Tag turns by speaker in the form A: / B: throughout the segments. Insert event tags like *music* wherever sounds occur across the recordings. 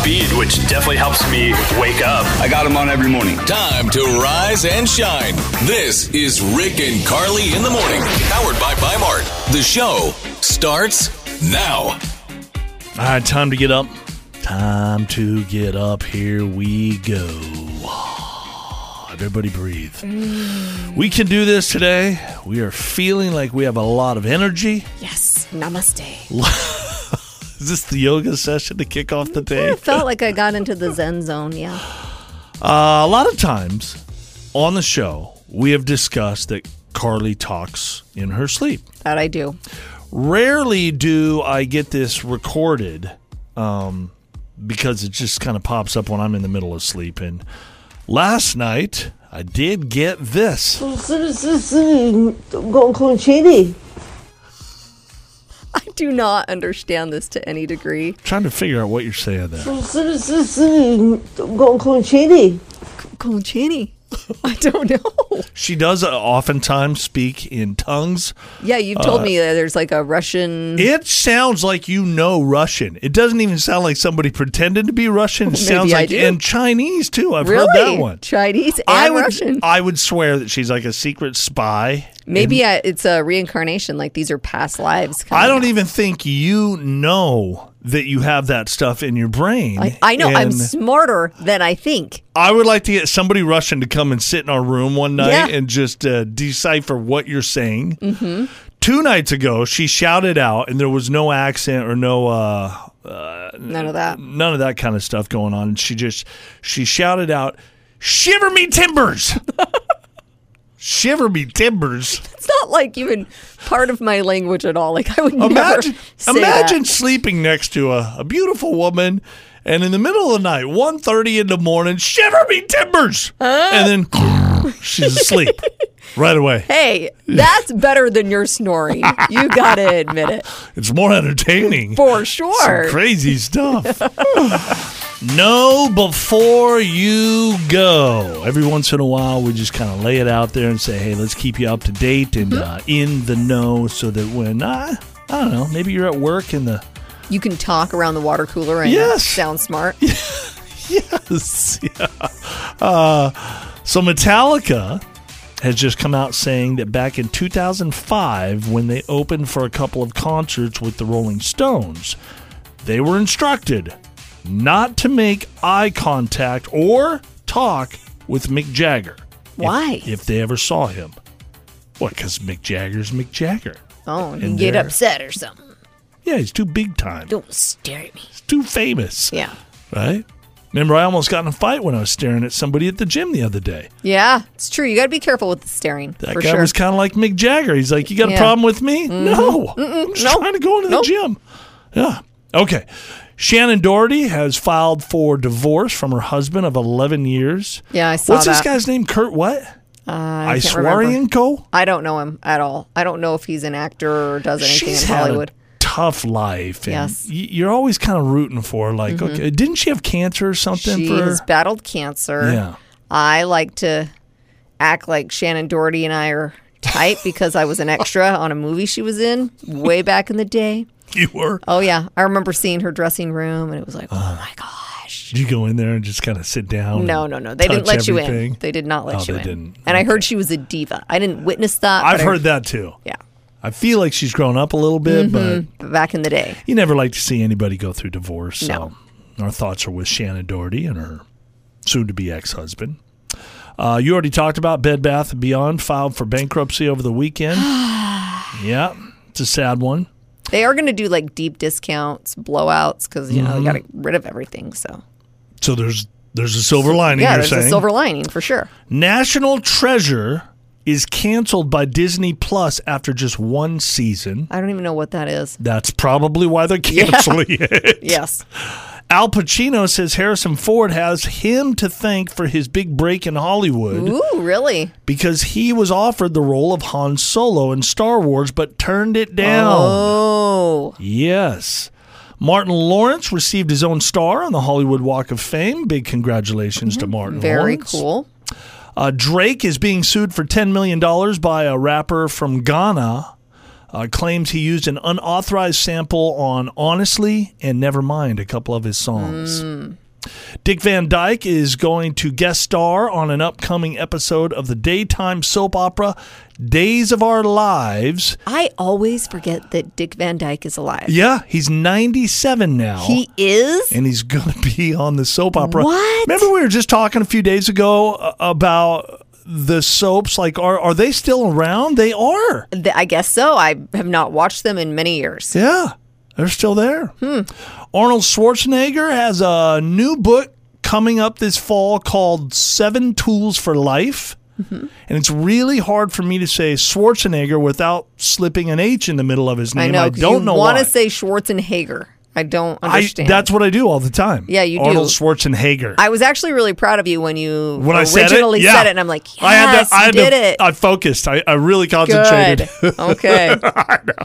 A: speed, which definitely helps me wake up.
B: I got them on every morning.
C: Time to rise and shine. This is Rick and Carly in the morning, powered by Mart. The show starts now.
D: All right, time to get up. Time to get up. Here we go. Everybody breathe. We can do this today. We are feeling like we have a lot of energy.
E: Yes. Namaste.
D: Is this the yoga session to kick off the day?
E: I felt like I got into the Zen zone. Yeah.
D: Uh, a lot of times on the show, we have discussed that Carly talks in her sleep.
E: That I do.
D: Rarely do I get this recorded um, because it just kind of pops up when I'm in the middle of sleep. And last night, I did get this.
E: I do not understand this to any degree.
D: trying to figure out what you're saying there.
E: Concini. I don't know.
D: She does uh, oftentimes speak in tongues.
E: Yeah, you've told me that there's like a Russian.
D: Uh, It sounds like you know Russian. It doesn't even sound like somebody pretended to be Russian.
E: *laughs*
D: It sounds
E: I
D: like
E: do.
D: and Chinese too. I've
E: really?
D: heard that one.
E: Chinese and
D: I would uh,
E: Russian.
D: I would swear that she's like a secret spy.
E: Maybe I, it's a reincarnation. Like these are past lives.
D: I
E: coming
D: don't
E: out.
D: even think you know that you have that stuff in your brain.
E: I, I know. I'm
D: And
E: smarter than I think.
D: I would like to get somebody Russian to come and sit in our room one night
E: Yeah.
D: and just uh, decipher what you're saying. Mm-hmm. Two nights ago, she shouted out, and there was no accent or no uh,
E: None of that.
D: none of that kind of stuff going on. And she just she shouted out, "Shiver me
E: *laughs*
D: timbers!" Shiver me timbers.
E: It's not like even part of my language at all. Like I would
D: Imagine,
E: never say
D: imagine
E: that.
D: sleeping next to a, a beautiful woman, and in the middle of the night, 1.30 in the morning, shiver me timbers, and then *laughs* she's asleep right away.
E: Hey, that's better than your snoring. You gotta admit it
D: It's more entertaining.
E: for sure.
D: Some crazy stuff.
E: *laughs*
D: know before you go. Every once in a while, we just kind of lay it out there and say, hey, let's keep you up to date and
E: Mm-hmm.
D: uh, in the know so that when, uh, I don't know, maybe you're at work and the.
E: you can talk around the water cooler and
D: Yes.
E: sound smart.
D: Yes. Yeah. *laughs* Uh, so Metallica has just come out saying that back in 2005, when they opened for a couple of concerts with the Rolling Stones, they were instructed not to make eye contact or talk with Mick Jagger. if-
E: Why?
D: If, they ever saw him. What? Because Mick Jagger's Mick Jagger.
E: Oh, and
D: And
E: you get
D: there.
E: upset or something.
D: Yeah, he's too big time.
E: Don't stare at me.
D: He's too famous.
E: Yeah.
D: Right? Remember, I almost got in a fight when I was staring at somebody at the gym the other day.
E: Yeah, it's true. You gotta be careful with the staring.
D: That
E: for
D: guy
E: sure.
D: was kind of like Mick Jagger. He's like, "You got a
E: Yeah. Mm-hmm.
D: problem with me? No, I'm just
E: Nope.
D: trying to go into the
E: Nope.
D: gym." Yeah. Okay. Shannon Doherty has filed for divorce from her husband of 11 years.
E: Yeah, I saw
D: What's this
E: that. Uh,
D: guy's name? Kurt what?
E: I can't remember.
D: Iswarienko.
E: I don't know him at all. I don't know if he's an actor or does anything
D: She's
E: in
D: had
E: Hollywood.
D: a tough life. and
E: Yes. Mm-hmm.
D: y- you're always kind of rooting for her. Like, okay, didn't she have cancer or something?
E: She
D: for
E: has battled cancer.
D: Yeah.
E: I like to act like Shannon Doherty and I are tight because I was an extra on a movie she was in way back in the day.
D: *laughs* you were.
E: Oh yeah, I remember seeing her dressing room and it was like, oh my gosh.
D: Did you go in there and just kind of sit down?
E: No,
D: and
E: no, no. They didn't
D: Oh, touch
E: let you
D: everything?
E: in. They did not let
D: Oh,
E: you
D: they
E: in.
D: didn't.
E: And I heard she was a diva. I didn't witness that.
D: I've
E: but I-
D: heard that too.
E: Yeah,
D: I feel like she's grown up a little bit, but
E: but back in the day.
D: you never like to see anybody go through divorce. So
E: No.
D: our thoughts are with Shannon Doherty and her soon-to-be ex-husband. Uh, you already talked about Bed Bath and Beyond filed for bankruptcy over the
E: *sighs*
D: weekend. yeah, it's a sad one.
E: They are going to do like deep discounts, blowouts, because you know they got to get
D: Mm-hmm.
E: rid of everything. So
D: So there's there's a silver lining.
E: yeah,
D: you're
E: there's
D: saying
E: a silver lining for sure.
D: National Treasure is canceled by Disney Plus after just one season.
E: I don't even know what that is.
D: That's probably why
E: *laughs*
D: they're canceling it.
E: Yes,
D: Al Pacino says Harrison Ford has him to thank for his big break in Hollywood
E: ooh, really?
D: because he was offered the role of Han Solo in Star Wars but turned it down.
E: Oh,
D: Yes. Martin Lawrence received his own star on the Hollywood Walk of Fame. Big congratulations to Martin
E: Mm-hmm. very
D: Lawrence.
E: cool.
D: Uh, Drake is being sued for $10 million by a rapper from Ghana uh, claims he used an unauthorized sample on Honestly and Nevermind, a couple of his songs. Dick Van Dyke is going to guest star on an upcoming episode of the daytime soap opera Days of Our Lives.
E: I always forget that Dick Van Dyke is alive.
D: Yeah, he's 97 now.
E: He is?
D: and he's going to *laughs* be on the soap opera.
E: What?
D: Remember, we were just talking a few days ago uh, about the soaps. Like, are are they still around? They are.
E: Th- I guess so. I have not watched them in many years.
D: Yeah, they're still there.
E: Hmm.
D: Arnold Schwarzenegger has a new book coming up this fall called Seven Tools for Life.
E: Mm-hmm.
D: And it's really hard for me to say Schwarzenegger without slipping an H in the middle of his name.
E: I know. 'cause
D: don't
E: you
D: know
E: want
D: why.
E: to say Schwarzenegger. I don't
D: I,
E: understand.
D: that's what I do all the time.
E: Yeah, you do.
D: Arnold Schwarzenegger.
E: I was actually really proud of you when you
D: when I said it,
E: originally
D: yeah.
E: and I'm like, yes,
D: I had to, I
E: you
D: had
E: did
D: to,
E: it.
D: I focused. I, I really concentrated.
E: Good. *laughs* okay.
D: *laughs*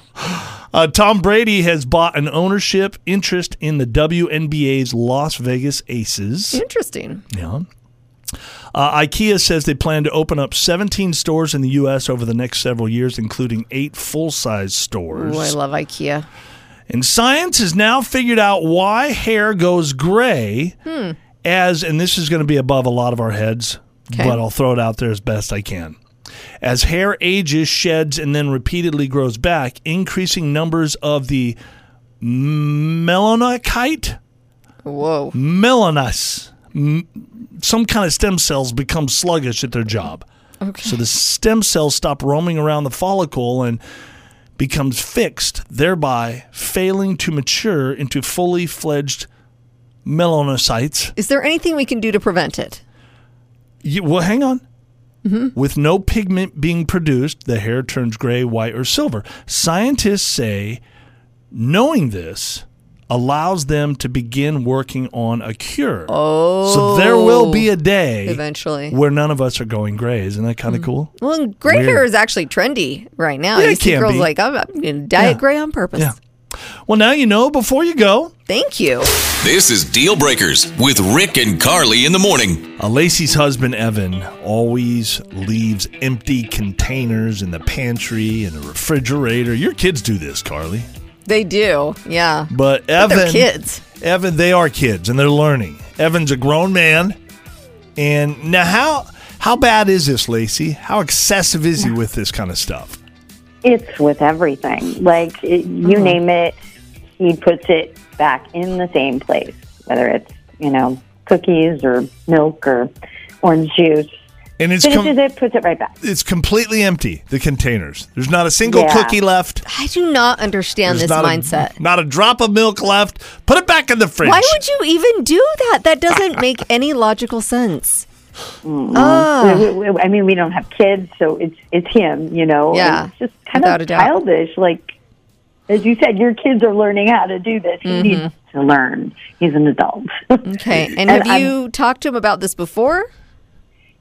D: Uh, Tom Brady has bought an ownership interest in the WNBA's Las Vegas Aces.
E: Interesting.
D: Yeah. Uh, IKEA says they plan to open up 17 stores in the U.S. over the next several years, including eight full-size stores.
E: Ooh, I love IKEA.
D: And science has now figured out why hair goes gray as, and this is going to be above a lot of our heads,
E: Okay.
D: but I'll throw it out there as best I can. As hair ages, sheds, and then repeatedly grows back, increasing numbers of the melanokite,
E: Whoa.
D: melanus, m- some kind of stem cells become sluggish at their job.
E: Okay.
D: So the stem cells stop roaming around the follicle and becomes fixed, thereby failing to mature into fully fledged melanocytes.
E: Is there anything we can do to prevent it?
D: You, well, hang on.
E: Mm-hmm.
D: With no pigment being produced, the hair turns gray, white, or silver. Scientists say knowing this allows them to begin working on a cure. Oh. So there will be a day
E: Eventually. Mm.
D: where none of us are going gray. Isn't that kind of cool?
E: Well, and gray
D: Weird.
E: hair is actually trendy right now.
D: Yeah,
E: you
D: it
E: see
D: can
E: girls
D: be.
E: like, I'm, I'm going to dye
D: Yeah.
E: it gray on purpose.
D: Yeah. Well, now you know before you go.
E: Thank you.
C: This is Deal Breakers with Rick and Carly in the morning.
D: Uh, Lacey's husband, Evan, always leaves empty containers in the pantry and the refrigerator. Your kids do this, Carly.
E: They do. Yeah.
D: But
E: But
D: Evan.
E: they're kids.
D: Evan, they are kids and they're learning. Evan's a grown man. And now, how how bad is this, Lacey? How excessive is he with this kind of stuff?
B: It's with everything. Like it, you
E: Mm-hmm.
B: name it, he puts it back in the same place. Whether it's you know cookies or milk or orange juice,
D: And it's
B: finishes
D: com-
B: it, puts it right back.
D: it's completely empty, the containers. There's not a single
B: Yeah.
D: cookie left.
E: I do not understand
D: There's
E: this
D: not a-
E: mindset.
D: not a drop of milk left. Put it back in the fridge.
E: Why would you even do that? That *laughs* doesn't make any logical sense. Ah.
B: We- we- we- I mean, we don't have kids, so it's it's him. You know, and
E: Yeah,
B: it's just kind
E: without a
B: of
E: doubt.
B: childish. Like as you said, your kids are learning how to do this. He needs to learn. He's an adult.
E: Mm-hmm.
B: *laughs*
E: Okay. And,
B: And
E: have you talked to him about this before?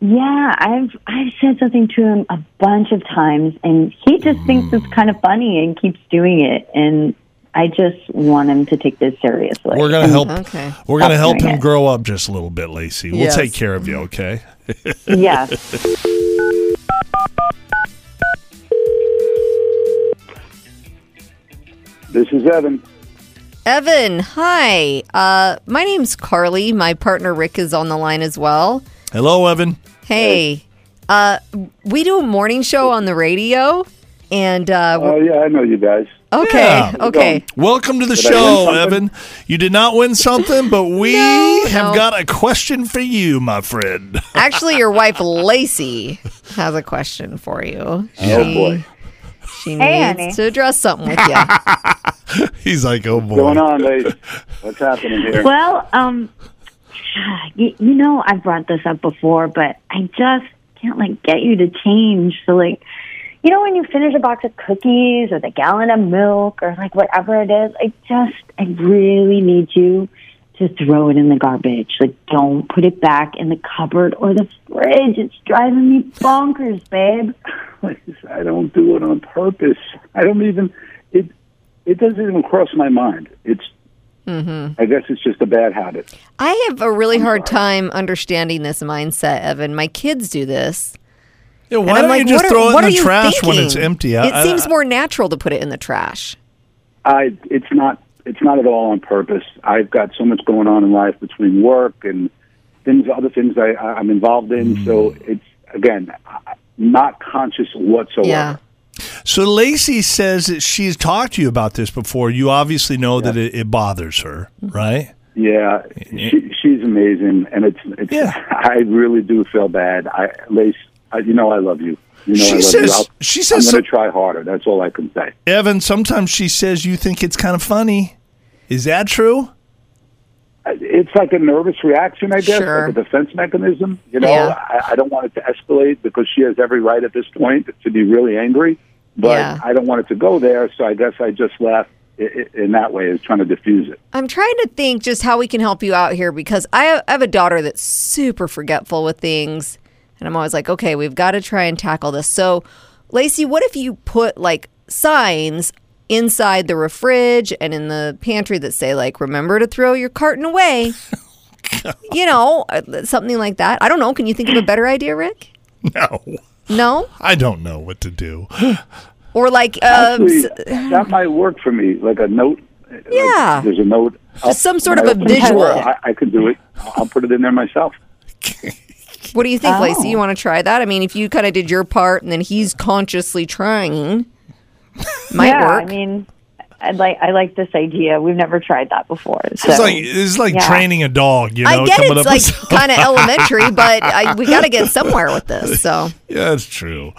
B: Yeah, I've I've said something to him a bunch of times, and he just thinks it's kind of funny and keeps doing it. And I just want him to take this seriously.
D: We're gonna help.
E: Okay.
D: We're gonna help
B: doing
D: him
B: it.
D: grow up just a little bit, Lacey. We'll
E: Yes.
D: take care of you, okay?
B: yeah.
F: This is Evan.
E: Evan, hi. Uh, my name's Carly. My partner Rick is on the line as well.
D: Hello, Evan.
E: Hey, uh, we do a morning show on the radio, and uh,
F: Oh
E: we're-
F: yeah, I know you guys.
E: okay,
D: yeah.
E: okay.
D: Welcome to the
F: I win
D: show,
F: something?
D: Evan. You did not win something,
F: *laughs*
D: but we have
E: no.
D: got a question for you, my friend. *laughs*
E: Actually, your wife Lacey has a question for you.
F: Oh, boy.
E: she needs
B: Hey, honey.
E: to address something with you. *laughs*
D: He's like, oh boy.
F: What's going on, Lace? What's happening here?
B: Well, um, you, you know, I've brought this up before, but I just can't like get you to change. So like, you know, when you finish a box of cookies or the gallon of milk or like whatever it is, I just, I really need you to throw it in the garbage. Like, don't put it back in the cupboard or the fridge. It's driving me bonkers, babe.
F: I don't do it on purpose. I don't even. It it doesn't even cross my mind. It's. I guess it's just a bad habit.
E: I have a really hard time understanding this mindset, Evan. My kids do this,
D: Yeah,
E: And
D: why
E: I'm
D: don't
E: like,
D: you just
E: what are-
D: throw it in
E: what are
D: the
E: you
D: trash when it's
E: thinking?
D: empty? I-
E: It
D: I-
E: seems
D: I-
E: more natural to put it in the trash.
F: I it's not it's not at all on purpose. I've got so much going on in life between work and things, other things I, I- I'm involved in. So it's again I- not conscious whatsoever.
E: Yeah.
D: So Lacey says that she's talked to you about this before. You obviously know that it, it bothers her,
E: Mm-hmm.
D: right?
F: Yeah, she, she's amazing, and it's, it's
D: Yeah.
F: *laughs* I really do feel bad. I, Lace, I, you know I love you. You know
D: She
F: I love
D: says-
F: you. I'll-
D: she says
F: I'm going
D: so-
F: to try harder. That's all I can say.
D: Evan, sometimes she says you think it's kind of funny. Is that true? *laughs*
F: It's like a nervous reaction, I guess,
E: Sure.
F: like a defense mechanism. You know,
E: Yeah.
F: I, I don't want it to escalate because she has every right at this point to be really angry, but
E: Yeah.
F: I don't want it to go there. So I guess I just laugh i- i- in that way, is trying to diffuse it.
E: I'm trying to think just how we can help you out here because I have, I have a daughter that's super forgetful with things. And I'm always like, okay, we've got to try and tackle this. So, Lacey, what if you put like signs inside the fridge and in the pantry that say, like, remember to throw your
D: *laughs*
E: carton away? you know, uh, something like that. I don't know. Can you think of a better idea, Rick?
D: No.
E: No?
D: I don't know what to do.
E: Or like, uh,
F: Actually,
E: *sighs* s-
F: that might work for me, like a note. like,
E: Yeah.
F: there's a note. I'll-
E: some sort of
F: when I
E: a
F: open the
E: visual.
F: door, I, I could do it. I'll put it in there myself.
E: what do you think, Lacey?
B: Oh.
E: You want to try that? I mean, if you kind of did your part and then he's consciously trying, might
B: yeah,
E: work.
B: I mean, I like I like this idea. We've never tried that before. So.
D: It's like it's like
B: yeah.
D: training a dog, you know,
E: I get
D: coming
E: it's
D: up
E: like
D: with- *laughs*
E: kind of elementary, but I, we got to get somewhere with
D: *laughs*
E: this. So
D: Yeah, that's true.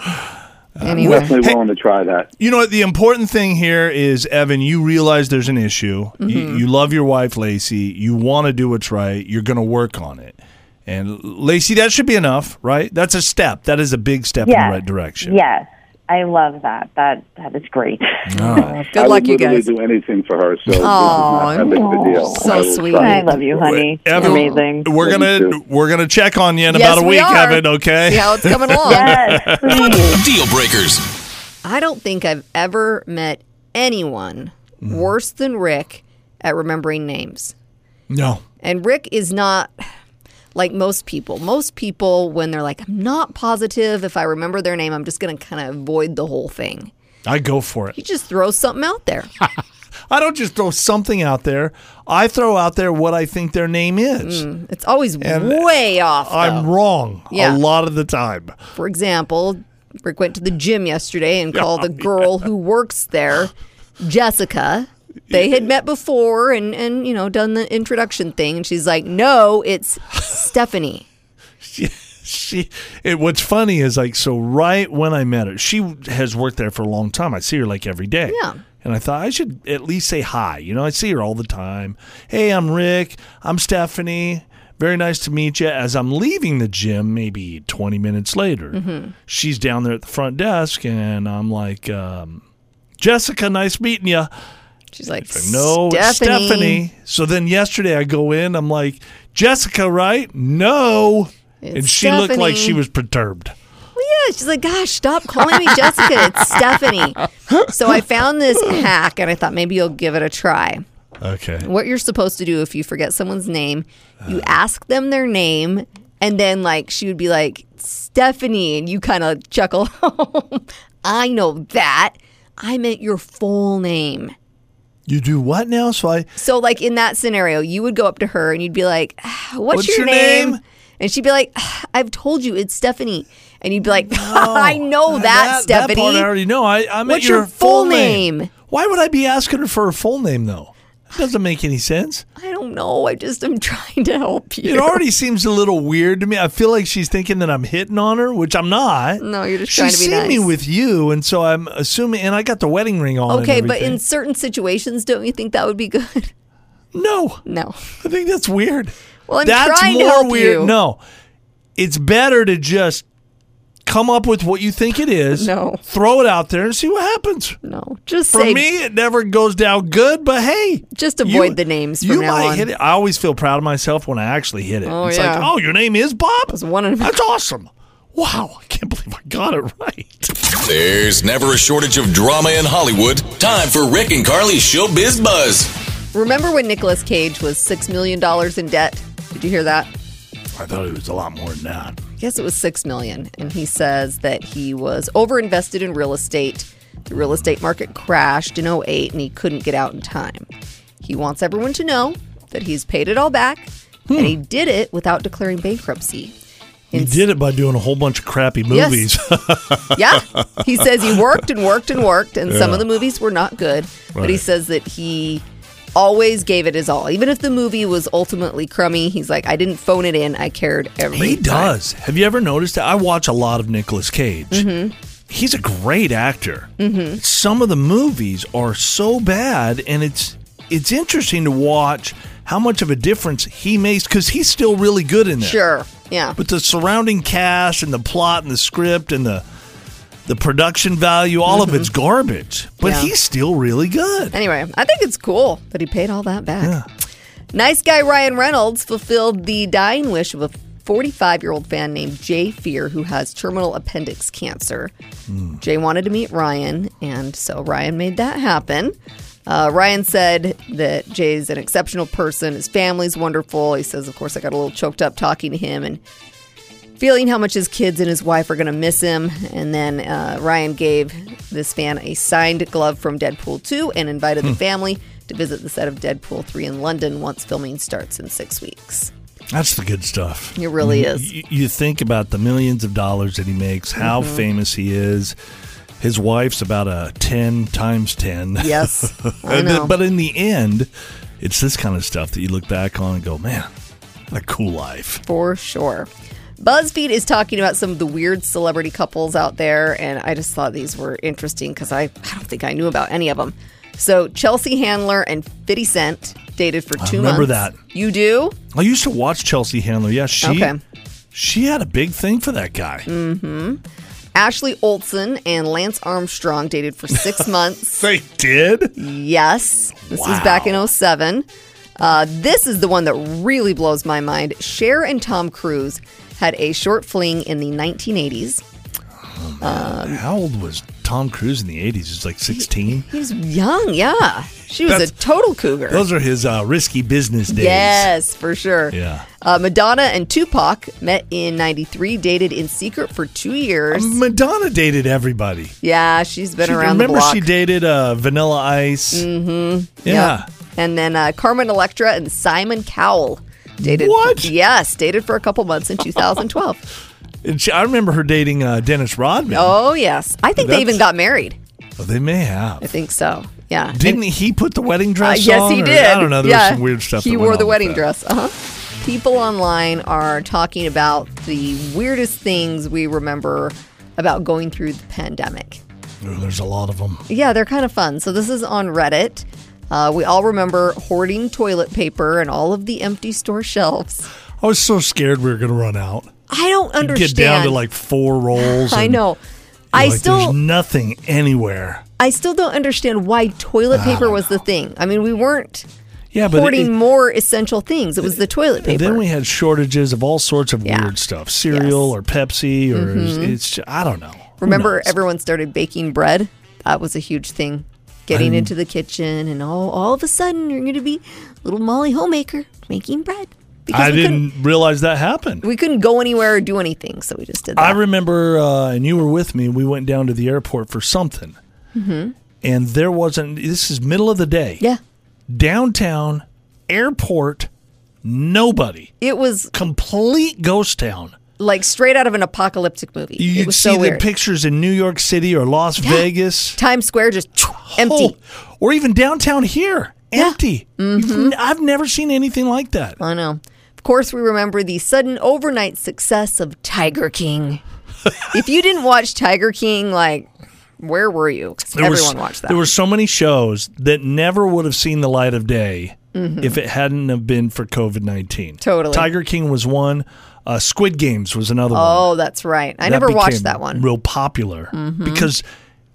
D: Uh,
E: anyway,
F: Definitely willing to try that.
D: You know what? The important thing here is, Evan, you realize there's an issue. You,
E: Mm-hmm.
D: you love your wife, Lacey. You want to do what's right. You're going to work on it. And Lacey, that should be enough, right? That's a step. That is a big step in
B: Yes.
D: the right direction.
B: Yes, I love that. That that is great.
D: Oh.
E: good
F: I
E: luck,
F: would
E: you
F: literally
E: guys.
F: do anything for her. So this is
E: Aw,
F: not that big of a deal.
E: so
F: I will
E: sweet.
B: *laughs*
F: try
B: I
F: it.
B: love you, honey.
D: Evan, *laughs*
B: Amazing.
D: We're
F: Love you
D: gonna
F: too.
D: we're gonna check on you in
E: Yes,
D: about a
E: we
D: week,
E: are.
D: Evan. Okay.
E: see how
D: *laughs*
E: it's coming along.
B: Yes, please.
C: Deal breakers.
E: I don't think I've ever met anyone
D: Mm-hmm.
E: worse than Rick at remembering names.
D: No.
E: And Rick is not like most people. Most people, when they're like, I'm not positive if I remember their name, I'm just going to kind of avoid the whole thing.
D: I go for
E: You
D: it.
E: just throw something out there.
D: I don't just throw something out there. I throw out there what I think their name is.
E: It's always way off.
D: uh, I'm
E: though.
D: wrong
E: Mm,
D: a
E: Yeah.
D: lot of the time.
E: For example, Rick went to the gym yesterday and
D: *laughs*
E: called the girl who works there, Jessica. They had met before and, and you know done the introduction thing, and she's like, "No,
D: *laughs*
E: it's Stephanie."
D: she, *laughs* she it, what's funny is like so right when I met her, she has worked there for a long time. I see her like every day.
E: Yeah.
D: And I thought I should at least say hi. You know, I see her all the time. Hey, I'm Rick. I'm Stephanie. Very nice to meet you. As I'm leaving the gym, maybe 20 minutes later, she's down there at the front desk, and I'm like, um, Jessica, nice meeting you.
E: She's like,
D: No, it's
E: Stephanie.
D: Stephanie. So then yesterday I go in, I'm like, Jessica, right? No. and
E: It's
D: she looked like
E: Stephanie.
D: she was perturbed.
E: Well, yeah, she's like, "Gosh, stop calling me Jessica. *laughs* It's Stephanie." So I found this hack, and I thought maybe you'll give it a try.
D: Okay.
E: what you're supposed to do if you forget someone's name, you ask them their name, and then like she would be like Stephanie, and you kind of chuckle. *laughs* I know that. I meant your full name.
D: You do what now? So I
E: So like in that scenario, you would go up to her and you'd be like, "Ah, "What's,
D: What's your
E: your, name?
D: name?
E: And she'd be like, "Ah, "I've told you, it's Stephanie." And you'd be like, *laughs* *laughs* "I know that,
D: Oh, that
E: Stephanie.
D: part I already know. I, I meant
E: What's your full name?
D: Why would I be asking her for her full name though? That doesn't make any sense.
E: I don't know. I just am *laughs* trying to help *laughs* you."
D: It already seems a little weird to me. I feel like she's thinking that I'm hitting on her, which I'm not.
E: No, you're just
D: She's
E: trying to be
D: seen
E: nice.
D: me with you, and so I'm assuming. And I got the wedding ring on. and
E: okay, but in
D: everything.
E: certain situations, don't you think that would be good? *laughs*
D: no,
E: no.
D: I think that's weird.
E: Well, I'm
D: That's
E: trying
D: more
E: to help
D: weird.
E: you.
D: No, it's better to just come up with what you think it is.
E: No.
D: throw it out there and see what happens.
E: No, just
D: For
E: say
D: me, it never goes down good. But hey,
E: Just avoid the names from
D: you
E: now
D: might
E: on.
D: hit it. I always feel proud of myself when I actually hit it.
E: Oh,
D: it's like,
E: yeah.
D: oh, your name is Bob.
E: was one of-
D: That's awesome. Wow, I can't believe I got it *laughs* right.
C: There's never a shortage of drama in Hollywood. Time for Rick and Carly's Showbiz Buzz.
E: Remember when Nicolas Cage was six million dollars in debt? Did you hear that?
D: I thought it was a lot more than that.
E: guess it was six million, and he says that he was overinvested in real estate. The real estate market crashed in 08 and he couldn't get out in time. He wants everyone to know that he's paid it all back and he did it without declaring bankruptcy.
D: Hmm. He did it by doing a whole bunch of crappy
E: Yes.
D: movies.
E: yeah. He says he worked and worked and worked, and some of the movies were not good. But he
D: Right.
E: says that he always gave it his all. Even if the movie was ultimately crummy, he's like, I didn't phone it in. I cared every
D: he
E: time."
D: does. Have you ever noticed that? I watch a lot of Nicolas Cage.
E: Mm-hmm.
D: He's a great actor. Some of the movies are so bad, and it's it's interesting to watch how much of a difference he makes because he's still really good in there.
E: Sure. Yeah.
D: But the surrounding cast and the plot and the script and the the production value, all of it's garbage. But
E: Mm-hmm. Yeah.
D: he's still really good.
E: Anyway, I think it's cool that he paid all that back. Nice guy Ryan Reynolds fulfilled the dying wish of a 45 year old fan named Jay Fear, who has terminal appendix cancer. Jay wanted to meet Ryan, and so Ryan made that happen. Uh, Ryan said that Jay's an exceptional person. His family's wonderful. He says, of course, I got a little choked up talking to him and feeling how much his kids and his wife are going to miss him. And then uh, Ryan gave this fan a signed glove from Deadpool 2 and invited the
D: Hmm.
E: family to visit the set of Deadpool 3 in London once filming starts in six weeks.
D: That's the good stuff.
E: It really
D: *laughs*
E: is.
D: You, you think about the millions of dollars that he makes, how
E: Mm-hmm.
D: famous he is. His wife's about a 10 times 10. *laughs*
E: Yes. I
D: Uh,
E: know.
D: But in the end, it's this kind of stuff that you look back on and go, man, what a cool life.
E: for sure. BuzzFeed is talking about some of the weird celebrity couples out there, and I just thought these were interesting because I, I don't think I knew about any of them. So Chelsea Handler and 50 Cent dated for two
D: remember
E: months.
D: that.
E: You do?
D: I used to watch Chelsea Handler. Yeah, she
E: Okay. Mm.
D: she had a big thing for that guy.
E: Ashley Olsen and Lance Armstrong dated
D: *laughs*
E: for six months.
D: They did?
E: yes. This was back in 07. Uh, this is the one that really blows my mind. Cher and Tom Cruise had a short fling in the 1980s.
D: How old was Tom Cruise in the 80s? He's like 16.
E: Um, He was young, yeah. She was a
D: That's-
E: total cougar.
D: Those are his uh, risky business days.
E: Yes, for sure.
D: Yeah.
E: Uh, Madonna and Tupac met in 93, dated in secret for two years.
D: Madonna dated everybody.
E: yeah, she's
D: Um,
E: been
D: She-
E: around
D: remember
E: the block.
D: she dated uh, Vanilla Ice? Mm-hmm. Yeah.
E: And then uh, Carmen Electra and Simon Cowell dated.
D: What?
E: yes, dated for a couple months in 2012.
D: And she, I remember her dating uh, Dennis Rodman.
E: oh, yes. I think they
D: That's-
E: even got married.
D: Oh, they may have.
E: I think so. Yeah.
D: Didn't he put the wedding
E: Uh,
D: dress
E: yes,
D: on?
E: he
D: or-
E: did.
D: I don't know. There was
E: yeah.
D: some weird stuff.
E: He
D: that went
E: wore the
D: on with
E: wedding
D: that.
E: dress. Uh huh. People online are talking about the weirdest things we remember about going through the pandemic.
D: Oh, there's a lot of them.
E: Yeah, they're kind of fun. So this is on Reddit. Uh, we all remember hoarding toilet paper and all of the empty store shelves.
D: I was so scared we were going to run out.
E: I don't understand.
D: Get down to like four rolls.
E: *sighs* I
D: and
E: know.
D: you're
E: I
D: like,
E: still
D: There's nothing anywhere.
E: I still don't understand why toilet paper was the thing. I mean, we weren't
D: Yeah, Ah. but
E: hoarding
D: it-
E: more essential things. It was the toilet
D: and
E: paper.
D: then we had shortages of all sorts of
E: Yeah.
D: weird stuff, cereal
E: Yes. Mm-hmm.
D: or Pepsi or it's, it's I don't know. Who
E: Remember,
D: knows?
E: everyone started baking bread. That was a huge thing. Getting into the kitchen, and all, all of a sudden, you're going to be little Molly homemaker making bread. Because
D: I
E: we
D: didn't realize that happened.
E: Couldn't, we couldn't go anywhere or do anything, so we just did that.
D: I remember, uh, and you were with me. We went down to the airport for something, and there wasn't. This is middle of the day.
E: Mm-hmm. yeah.
D: downtown airport, nobody,
E: It was
D: complete ghost town.
E: like straight out of an apocalyptic movie.
D: You'd
E: it was
D: see
E: so
D: the
E: weird.
D: pictures in New York City or Las
E: Yeah.
D: Vegas,
E: Times Square just empty.
D: Oh, or even downtown here,
E: Yeah. Mm-hmm.
D: empty. You've n- I've never seen anything like that.
E: I know. Of course, we remember the sudden overnight success of
D: *laughs*
E: Tiger King. if you didn't watch Tiger King, like, where were you? 'Cause
D: was-
E: everyone watched that.
D: There were so many shows that never would have seen the light of day if it hadn't have been for COVID nineteen.
E: Mm-hmm. Totally.
D: Tiger King was one. Uh, Squid Games was another one.
E: Oh, that's right. I
D: that
E: never watched
D: became
E: that one. Mm-hmm.
D: Real popular because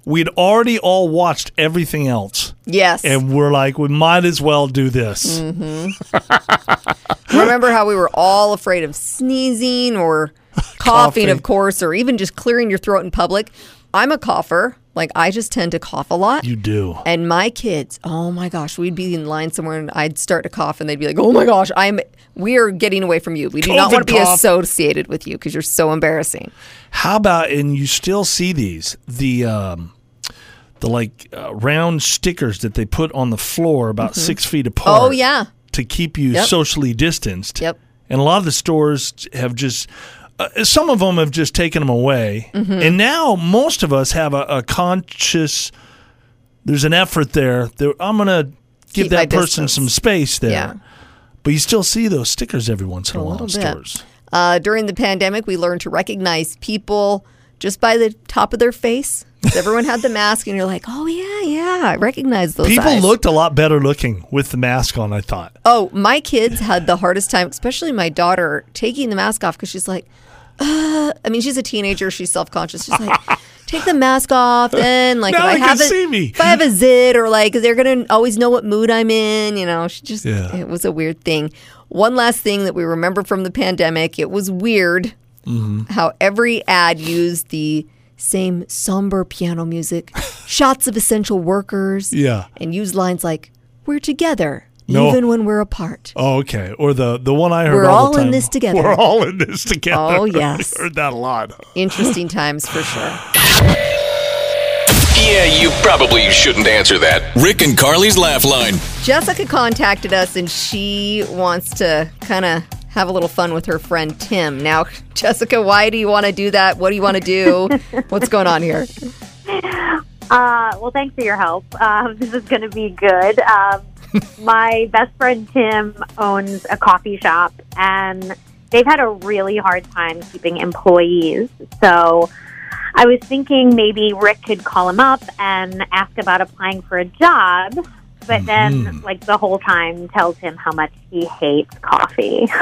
D: we'd already all watched everything else,
E: yes.
D: and we're like, we might as well do this.
E: *laughs* Mm. Remember how we were all afraid of sneezing or coughing,
D: *laughs* Coughing.
E: of course, or even just clearing your throat in public? I'm a cougher. Like I just tend to cough a lot.
D: You do.
E: And my kids, oh my gosh, we'd be in line somewhere and I'd start to cough and they'd be like, oh my gosh, I'm, we are getting away from you. We do not
D: COVID
E: want to be
D: cough.
E: associated with you because you're so embarrassing.
D: How about and you still see these the um, the like uh, round stickers that they put on the floor about six feet apart.
E: Oh, yeah.
D: to keep you
E: Yep.
D: socially distanced.
E: Yep.
D: And a lot of the stores have just. Uh, some of them have just taken them away,
E: Mm-hmm.
D: and now most of us have a, a conscious. There's an effort there. That I'm gonna give
E: Keep my
D: that person
E: distance.
D: some space there,
E: Yeah.
D: but you still see those stickers every once in a, while
E: little
D: in
E: bit.
D: stores.
E: Uh, during the pandemic, we learned to recognize people just by the top of their face. 'Cause Everyone had the mask, and you're like, oh, yeah, yeah, I recognize those
D: People
E: eyes.
D: looked a lot better looking with the mask on. I thought.
E: Oh, my kids had the hardest time, especially my daughter, taking the mask off because she's like, uh, I mean, she's a teenager. She's self conscious.
D: *laughs*
E: She's like, take the mask off. Then, like,
D: Now
E: if I
D: they can
E: have a,
D: see me.
E: if I have a zit or like, they're going to always know what mood I'm in. You know, she just,
D: Yeah.
E: it was a weird thing. One last thing that we remember from the pandemic it was weird
D: Mm-hmm.
E: how every ad used the same somber
D: *laughs*
E: piano music, shots of essential workers,
D: Yeah.
E: and used lines like, "We're together,
D: No.
E: even when we're apart."
D: Oh, okay. Or the the one I heard.
E: We're
D: all,
E: all
D: the
E: in
D: time. *laughs*
E: this together.
D: We're all in this together. *laughs*
E: Oh, yes.
D: heard that a lot.
E: Interesting times for sure.
C: Yeah, you probably shouldn't answer that. Rick and Carly's Laugh Line.
E: Jessica contacted us and she wants to kind of have a little fun with her friend Tim. Now, *laughs* Jessica, why do you want to do that? What do you want to do? What's going on here?
G: Uh, well, thanks for your help. Um, *laughs* this is going to be good. Um, my best friend Tim owns a coffee shop, and they've had a really hard time keeping employees. So I was thinking maybe Rick could call him up and ask about applying for a job, but then, like, the whole time tells him how much he hates coffee. *laughs*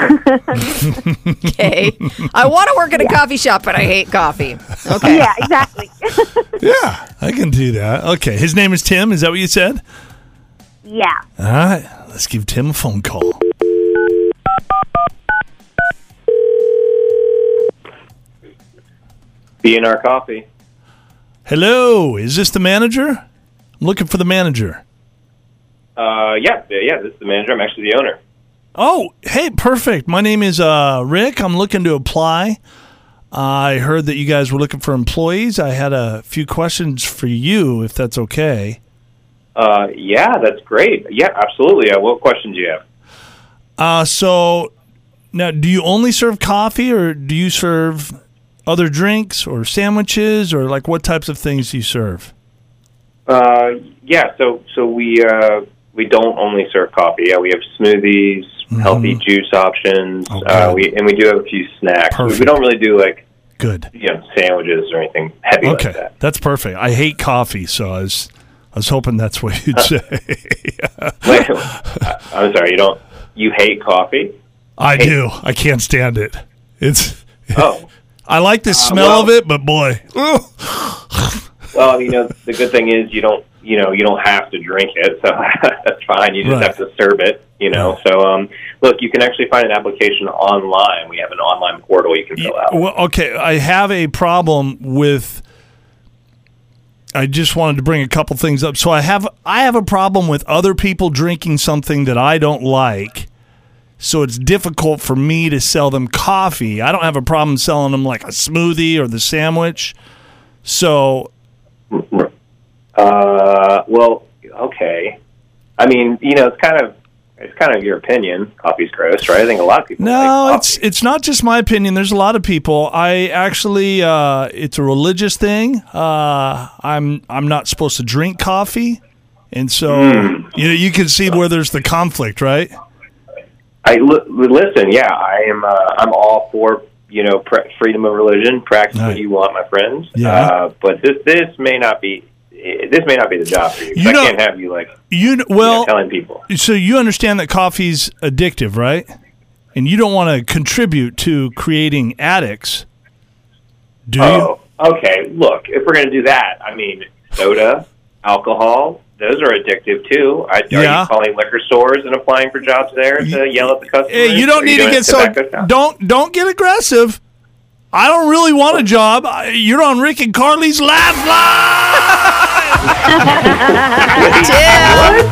E: Okay. I want to work at a coffee shop, but I hate coffee. Okay.
G: yeah, exactly. *laughs*
D: Yeah, I can do that. Okay, his name is Tim. Is that what you said?
G: yeah.
D: All right, let's give Tim a phone call.
H: BNR Coffee.
D: Hello, is this the manager? I'm looking for the manager.
H: Uh, yeah, yeah, this is the manager. I'm actually the owner.
D: Oh, hey, perfect. My name is uh, Rick. I'm looking to apply. I heard that you guys were looking for employees. I had a few questions for you, if that's okay.
H: Uh, yeah, that's great. Yeah, absolutely. Uh, what questions do you have?
D: Uh, so now, do you only serve coffee, or do you serve other drinks, or sandwiches, or like what types of things do you serve?
H: Uh, yeah, so so we uh, we don't only serve coffee. Yeah, we have smoothies, healthy juice options.
D: Oh,
H: uh,
D: good.
H: we and we do have a few snacks. We-
D: Perfect.
H: We don't really do like
D: Good.
H: you know sandwiches or anything heavy
D: Okay,
H: like that.
D: that's perfect. I hate coffee, so I was I was hoping that's what you'd say.
H: *laughs* Wait, I- I'm sorry. You don't. You hate coffee?
D: I do. I can't stand it. It's
H: Oh.
D: I like the smell
H: well-
D: of it, but boy, ugh.
H: Well, you know, the good thing is you don't, you know, you don't have to drink it, so *laughs* that's fine. You just
D: Right.
H: have to serve it, you know. So, um, look, you can actually find an application online. We have an online portal you can fill out.
D: Well, okay, I have a problem with. I just wanted to bring a couple things up. So I have I have a problem with other people drinking something that I don't like. So it's difficult for me to sell them coffee. I don't have a problem selling them like a smoothie or the sandwich. So
H: Uh, well, okay. I mean, you know, it's kind of, it's kind of your opinion. Coffee's gross, right? I think a lot of people.
D: no,
H: like
D: it's
H: coffee.
D: it's not just my opinion. There's a lot of people. I actually uh, it's a religious thing. Uh, I'm I'm not supposed to drink coffee, and so
H: Hmm.
D: you know you can see where there's the conflict, right?
H: I li- listen. Yeah, I am. Uh, I'm all for you know pre- freedom of religion. Practice
D: Right.
H: what you want, my friends.
D: Yeah.
H: Uh, but this this may not be eh, this may not be the job for you. 'cause
D: You
H: I
D: know-
H: can't have you like you know,
D: You kn- well,
H: telling people.
D: so you understand that coffee's addictive, right? And you don't want to contribute to creating addicts, do you?
H: Oh, okay. Look, if we're gonna do that, I mean, soda, alcohol. Those are addictive too. I, are
D: Yeah.
H: you calling liquor stores and applying for jobs there to yell at the customers?
D: Hey, you don't
H: Are
D: need to
H: doing
D: get so
H: tobacco stuff?
D: don't don't get aggressive. I don't really want a job. I- You're on Rick and Carly's Laugh Line.
E: Tim.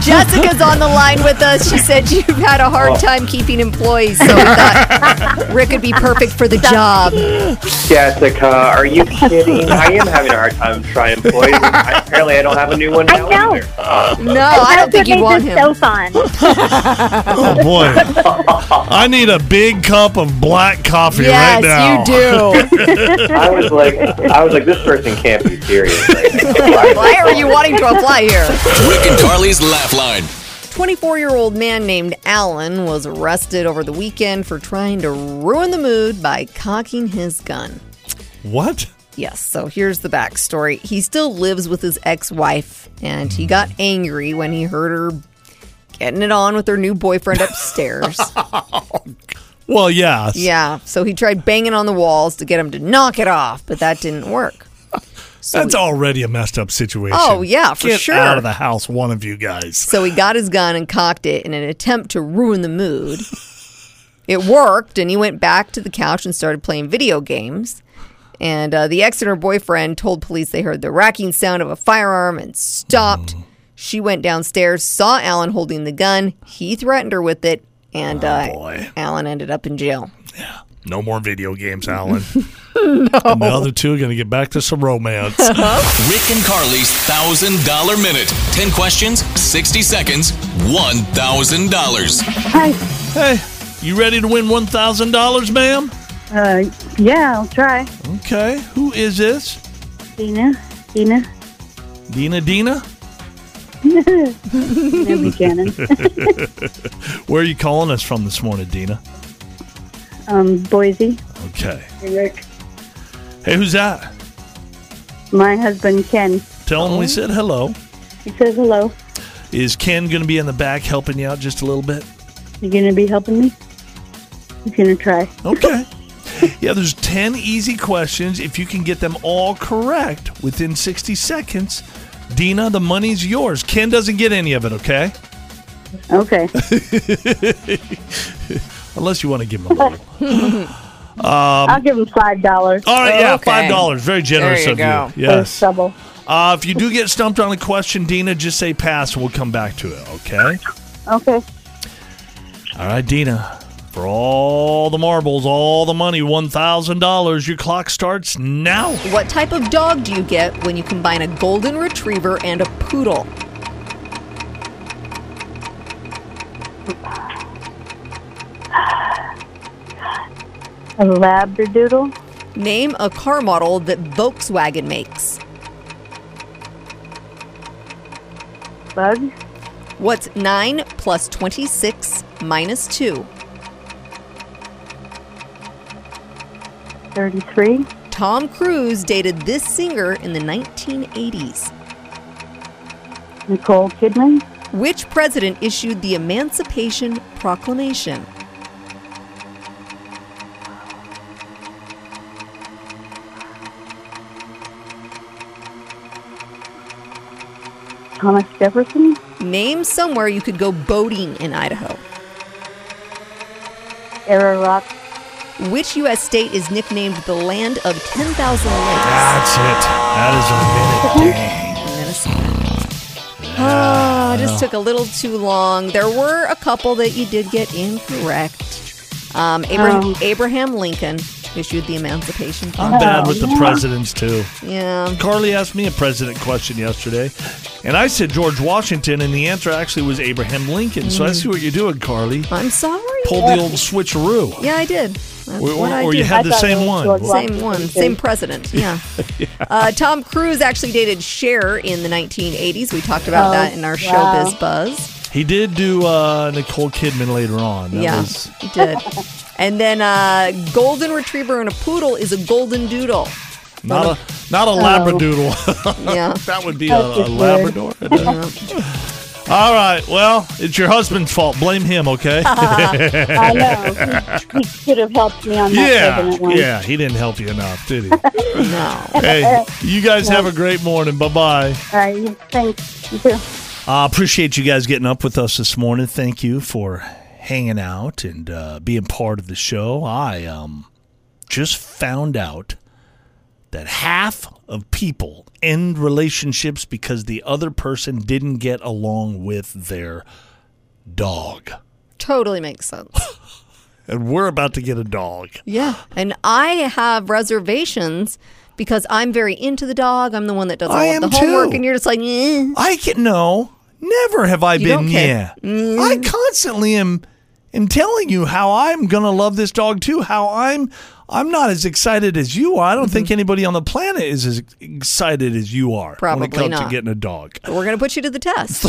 E: Jessica's on the line with us. She said you've had a hard time keeping employees, so we thought Rick would be perfect for the job.
H: *laughs* Jessica, are you kidding? I am having a hard time trying employees. I, apparently, I don't have a new one
G: I
H: now
G: know.
H: either.
E: No, I don't think
G: That's
E: you'd want
G: what made this so
E: him.
G: fun.
D: oh boy, *laughs* I need a big cup of black coffee right now.
E: Yes, you
D: *laughs*
E: do.
H: I was like, I was like, this person can't be serious. Like,
E: Why are you wanting to apply here?
C: Rick and Carly's Laugh Line.
E: 24 year old man named Allen was arrested over the weekend for trying to ruin the mood by cocking his gun.
D: What?
E: Yes, so here's the backstory. He still lives with his ex wife, and he got angry when he heard her getting it on with her new
D: *laughs*
E: boyfriend upstairs.
D: Well, yes.
E: yeah, so he tried banging on the walls to get him to knock it off, but that didn't work.
D: That's already a messed up situation.
E: Oh, yeah, for
D: Get
E: sure.
D: out of the house, one of you guys.
E: So he got his gun and cocked it in an attempt to ruin the mood. It worked, and he went back to the couch and started playing video games. And uh, the ex and her boyfriend told police they heard the racking sound of a firearm and stopped. She went downstairs, saw Alan holding the gun. He threatened her with it, and uh,
D: boy.
E: Alan ended up in jail.
D: No more video games, Alan.
E: *laughs*
D: And the other two are going to get back to some romance.
E: *laughs*
C: Rick and Carly's $1,000 minute. 10 questions, 60 seconds, $1,000.
D: hey, you ready to win $1,000, ma'am?
B: Uh, yeah, I'll try.
D: Okay. Who is this?
B: Dina, Dina,
D: Dina Dina?
B: Dina
D: *laughs*
B: Buchanan,
D: Where are you calling us from this morning, Dina?
B: um, Boise,
D: Okay.
B: Rick,
D: Hey, who's that?
B: my husband Ken.
D: Tell
E: Oh.
D: him we said hello.
B: He says hello.
D: Is Ken going to be in the back helping you out just a little bit?
B: You gonna be helping me? You gonna try?
D: Okay. *laughs* yeah, there's 10 easy questions. If you can get them all correct within 60 seconds, Dina, the money's yours. Ken doesn't get any of it, okay?
B: Okay.
D: Unless you want to give him a
E: *laughs*
D: little. Um,
B: I'll give him five dollars.
D: All right, yeah,
E: Okay.
D: $5. Very generous
E: There you
D: of
E: go.
D: you. oh, Yes.
B: Double.
D: Uh, if you do get stumped on a question, Dina, just say pass and we'll come back to it, okay?
B: Okay.
D: All right, Dina. For all the marbles, all the money, $1,000, your clock starts now.
E: What type of dog do you get when you combine a golden retriever and a poodle?
B: A labradoodle.
E: Name a car model that Volkswagen makes.
B: Bug.
E: What's 9 plus 26 minus 2?
B: Thirty-three.
E: Tom Cruise dated this singer in the 1980s.
B: Nicole Kidman.
E: Which president issued the Emancipation Proclamation?
B: Thomas Jefferson.
E: Name somewhere you could go boating in Idaho.
B: Era Rock.
E: Which U.S. state is nicknamed the land of 10,000 lakes?
D: That's it. That is a minute.
E: Minnesota. Ah, just took a little too long. There were a couple that you did get incorrect. Um, Abraham, Abraham Lincoln issued the Emancipation
D: I'm
E: Proclamation.
D: bad with the presidents, too.
E: Yeah.
D: Carly asked me a president question yesterday, and I said George Washington, and the answer actually was Abraham Lincoln. So I
E: Mm.
D: see what you're doing, Carly.
E: I'm sorry.
D: Pulled the old switcheroo.
E: Yeah, I did. That's
D: Or,
E: what
D: or,
E: I
D: or you
E: did.
D: had
B: I
D: the
B: thought it
D: same
B: was
D: one.
B: George
E: same one, same president.
D: *laughs*
E: Yeah. Uh, Tom Cruise actually dated Cher in the 1980s. We talked
D: Oh,
E: about that in our
B: wow.
E: showbiz buzz.
D: He did do uh, Nicole Kidman later on. That
E: yeah,
D: was-
E: he did. And then uh, golden retriever and a poodle is a
D: *laughs*
E: golden doodle.
D: not a not a
E: Oh. *laughs*
D: labradoodle.
E: Yeah.
D: that would be a, a labrador. All right. Well, it's your husband's fault. Blame him, okay?
E: *laughs*
B: I know. he could have helped me on that
D: yeah.
B: president one.
D: Yeah, he didn't help you enough, did he?
E: No.
D: hey, you
E: *laughs*
D: guys have a great morning. Bye-bye.
B: All right. Thanks. You too.
D: I Uh, appreciate you guys getting up with us this morning. Thank you for hanging out and uh, being part of the show. I um just found out that half of people end relationships because the other person didn't get along with their dog.
E: Totally makes sense.
D: And we're about to get a dog.
E: Yeah. And I have reservations because I'm very into the dog. I'm the one that does all
D: I
E: of the
D: am too.
E: homework, and you're just like, eh.
D: I can no. Never have I been
E: don't
D: yeah.
E: care. Mm.
D: I constantly am am telling you how I'm gonna love this dog too. How I'm I'm not as excited as you are. I don't
E: Mm-hmm.
D: think anybody on the planet is as excited as you are when
E: Probably
D: it comes to
E: not.
D: getting a dog. *laughs*
E: we're going to put you to the test.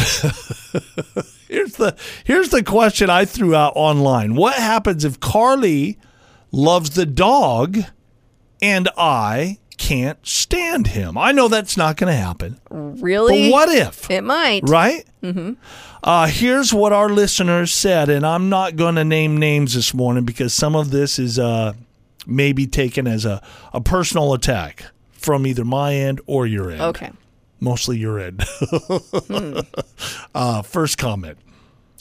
D: Here's the here's the question I threw out online. What happens if Carly loves the dog and I can't stand him? I know that's not gonna happen.
E: really?
D: But what if?
E: It might.
D: Right? Mm-hmm. Uh, here's what our listeners said, and I'm not going to name names this morning because some of this is uh, maybe taken as a, a personal attack from either my end or your end.
E: Okay. Hmm.
D: Mostly your end. *laughs* uh, first comment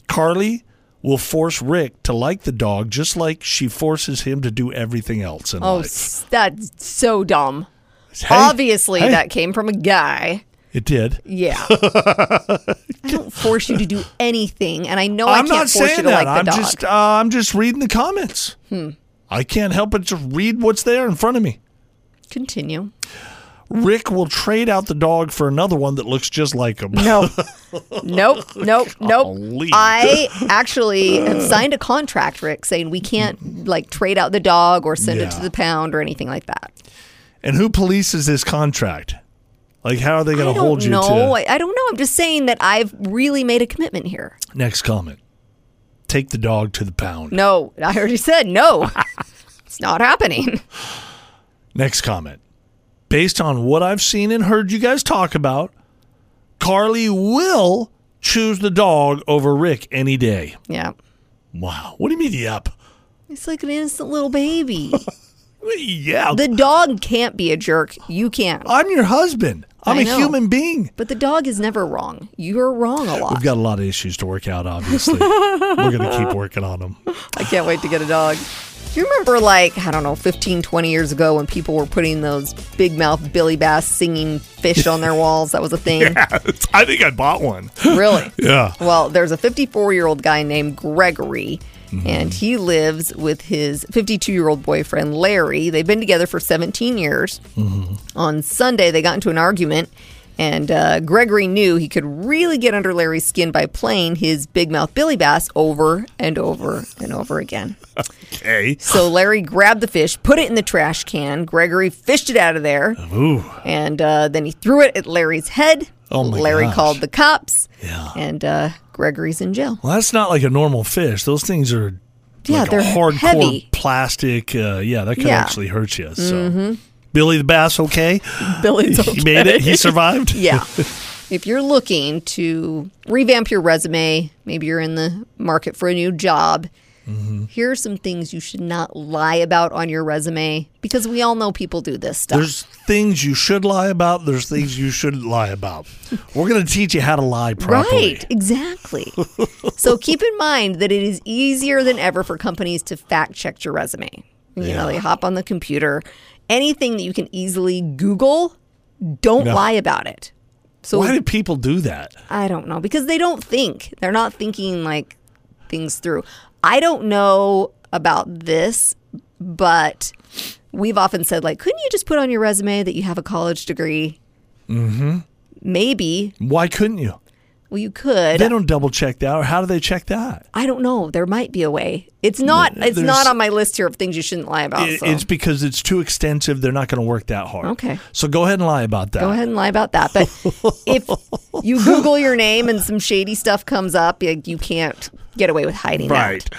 D: Carly will force Rick to like the dog just like she forces him to do everything else in
E: Oh,
D: life.
E: s- that's so dumb.
D: Hey,
E: Obviously,
D: hey,
E: that came from a guy.
D: It did. *laughs*
E: Yeah. I don't force you to do anything, and I know I
D: I'm
E: can't
D: not
E: force you
D: saying
E: to
D: that.
E: like the
D: I'm
E: dog. Hmm.
D: just uh, I'm just reading the comments. I can't help but just read what's there in front of me.
E: Continue.
D: Rick will trade out the dog for another one that looks just like him.
E: No. nope.
D: *laughs*
E: Nope. Nope.
D: Golly.
E: I actually have signed a contract, Rick, saying we can't like trade out the dog or send it to
D: Yeah.
E: the pound or anything like that.
D: *laughs* And who polices this contract? Like, how are they
E: I
D: going to
E: don't
D: hold you
E: know.
D: to
E: I, I don't know. I'm just saying that I've really made a commitment here.
D: next comment? Take the dog to the pound.
E: No, I already
D: *laughs*
E: said no. it's not happening.
D: Next comment. Based on what I've seen and heard you guys talk about, Carly will choose the dog over Rick any day.
E: Yeah.
D: Wow. What do you mean, yep?
E: It's like an innocent little baby.
D: Yeah.
E: the dog can't be a jerk. You can.
D: I'm your husband. I'm
E: I
D: a
E: know.
D: human being.
E: But the dog is never wrong. You're wrong a lot.
D: We've got a lot of issues to work out,
E: *laughs*
D: obviously. We're going to keep working on them.
E: I can't wait to get a dog. Do you remember, like, I don't know, 15, 20 years ago when people were putting those big mouth Billy Bass singing fish on their walls? That was
D: *laughs*
E: a thing.
D: *laughs* I think I bought one.
E: Really?
D: Yeah.
E: Well, there's a 54 year old guy named Gregory, and he lives with his 52 year old boyfriend, Larry. They've been together for 17 years. On Sunday, they got into an argument, and uh, Gregory knew he could really get under Larry's skin by playing his big mouth Billy Bass over and over and over again.
D: Okay.
E: So Larry grabbed the fish, put it in the trash can. Gregory fished it out of there,
D: Ooh.
E: and uh, then he threw it at Larry's head.
D: Oh, my
E: Larry
D: gosh.
E: called the cops,
D: Yeah.
E: and uh, Gregory's in jail.
D: Well, that's not like a normal fish. Those things are
E: Yeah,
D: like
E: they're
D: a hardcore *laughs*
E: heavy.
D: plastic. Uh, yeah, that could
E: Yeah. Mm-hmm.
D: actually hurt you. So. Billy the Bass, okay?
E: Billy's
D: He made it. He survived.
E: *laughs*
D: *laughs*
E: yeah. If you're looking to revamp your resume, maybe you're in the market for a new job.
D: Mm-hmm.
E: Here are some things you should not lie about on your resume because we all know people do this stuff.
D: There's things you should lie about. There's things you shouldn't lie about. We're going to teach you how to lie properly.
E: Right, exactly. so keep in mind that it is easier than ever for companies to fact check your resume. You know, they hop on the computer. Anything that you can easily Google, don't lie about it. So
D: Why do people do that?
E: I don't know because they don't think. They're not thinking like things through. I don't know about this, but we've often said like, couldn't you just put on your resume that you have a college degree? Mm-hmm. Maybe.
D: Why couldn't you?
E: Well, you could.
D: They don't double check that. Or how do they check that?
E: I don't know. There might be a way. It's not. It's
D: there's-
E: not on my list here of things you shouldn't lie about.
D: It-
E: so.
D: It's because it's too extensive. They're not going to work that hard.
E: Okay.
D: So go ahead and lie about that.
E: Go ahead and lie about that. But
D: *laughs*
E: if you Google your name and some shady stuff comes up, you, you can't get away with hiding that.
D: Right.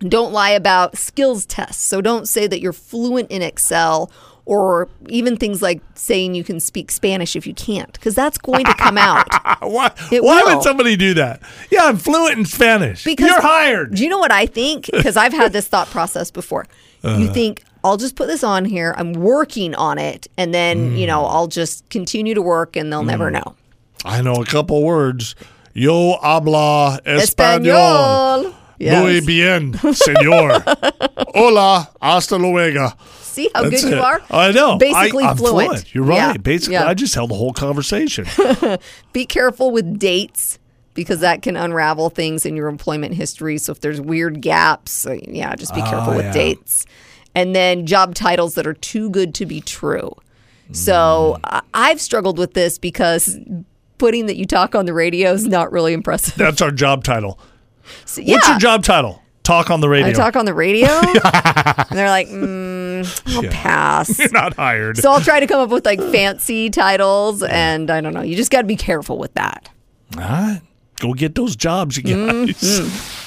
E: Don't lie about skills tests. So don't say that you're fluent in Excel or even things like saying you can speak Spanish if you can't, because that's going to
D: *laughs*
E: come out.
D: *laughs* Why,
E: It
D: why
E: will.
D: would somebody do that? Yeah, I'm fluent in Spanish.
E: Because
D: You're hired.
E: Do you know what
D: *laughs*
E: I think? Because I've had this thought process before. You
D: Uh.
E: think, I'll just put this on here, I'm working on it, and then, you
D: Mm.
E: know, I'll just continue to work and they'll never know.
D: I know a couple words. Yo habla
E: Espanol. Yes. *laughs*
D: bien, señor. Hola, hasta luego.
E: See how
D: That's
E: good
D: it.
E: you are?
D: I know.
E: Basically
D: I, I'm
E: fluent.
D: You're right.
E: Yeah.
D: Basically,
E: Yeah.
D: I just held the whole
E: *laughs*
D: conversation.
E: Be careful with dates because that can unravel things in your employment history. So if there's weird gaps, uh, yeah, just be careful with
D: Oh, yeah.
E: dates. And then job titles that are too good to be true. So
D: Mm.
E: I I've struggled with this because putting that you talk on the radio is not really impressive.
D: That's our job title.
E: So,
D: What's
E: yeah.
D: your job title? Talk on the radio.
E: I talk on
D: *laughs*
E: the radio, and they're like, mm, I'll
D: Yeah. *laughs*
E: pass.
D: Not hired.
E: So I'll try to come up with like fancy titles, and I
D: Ah,
E: don't know. You just got to be careful with that.
D: All right. Go get those jobs, you guys.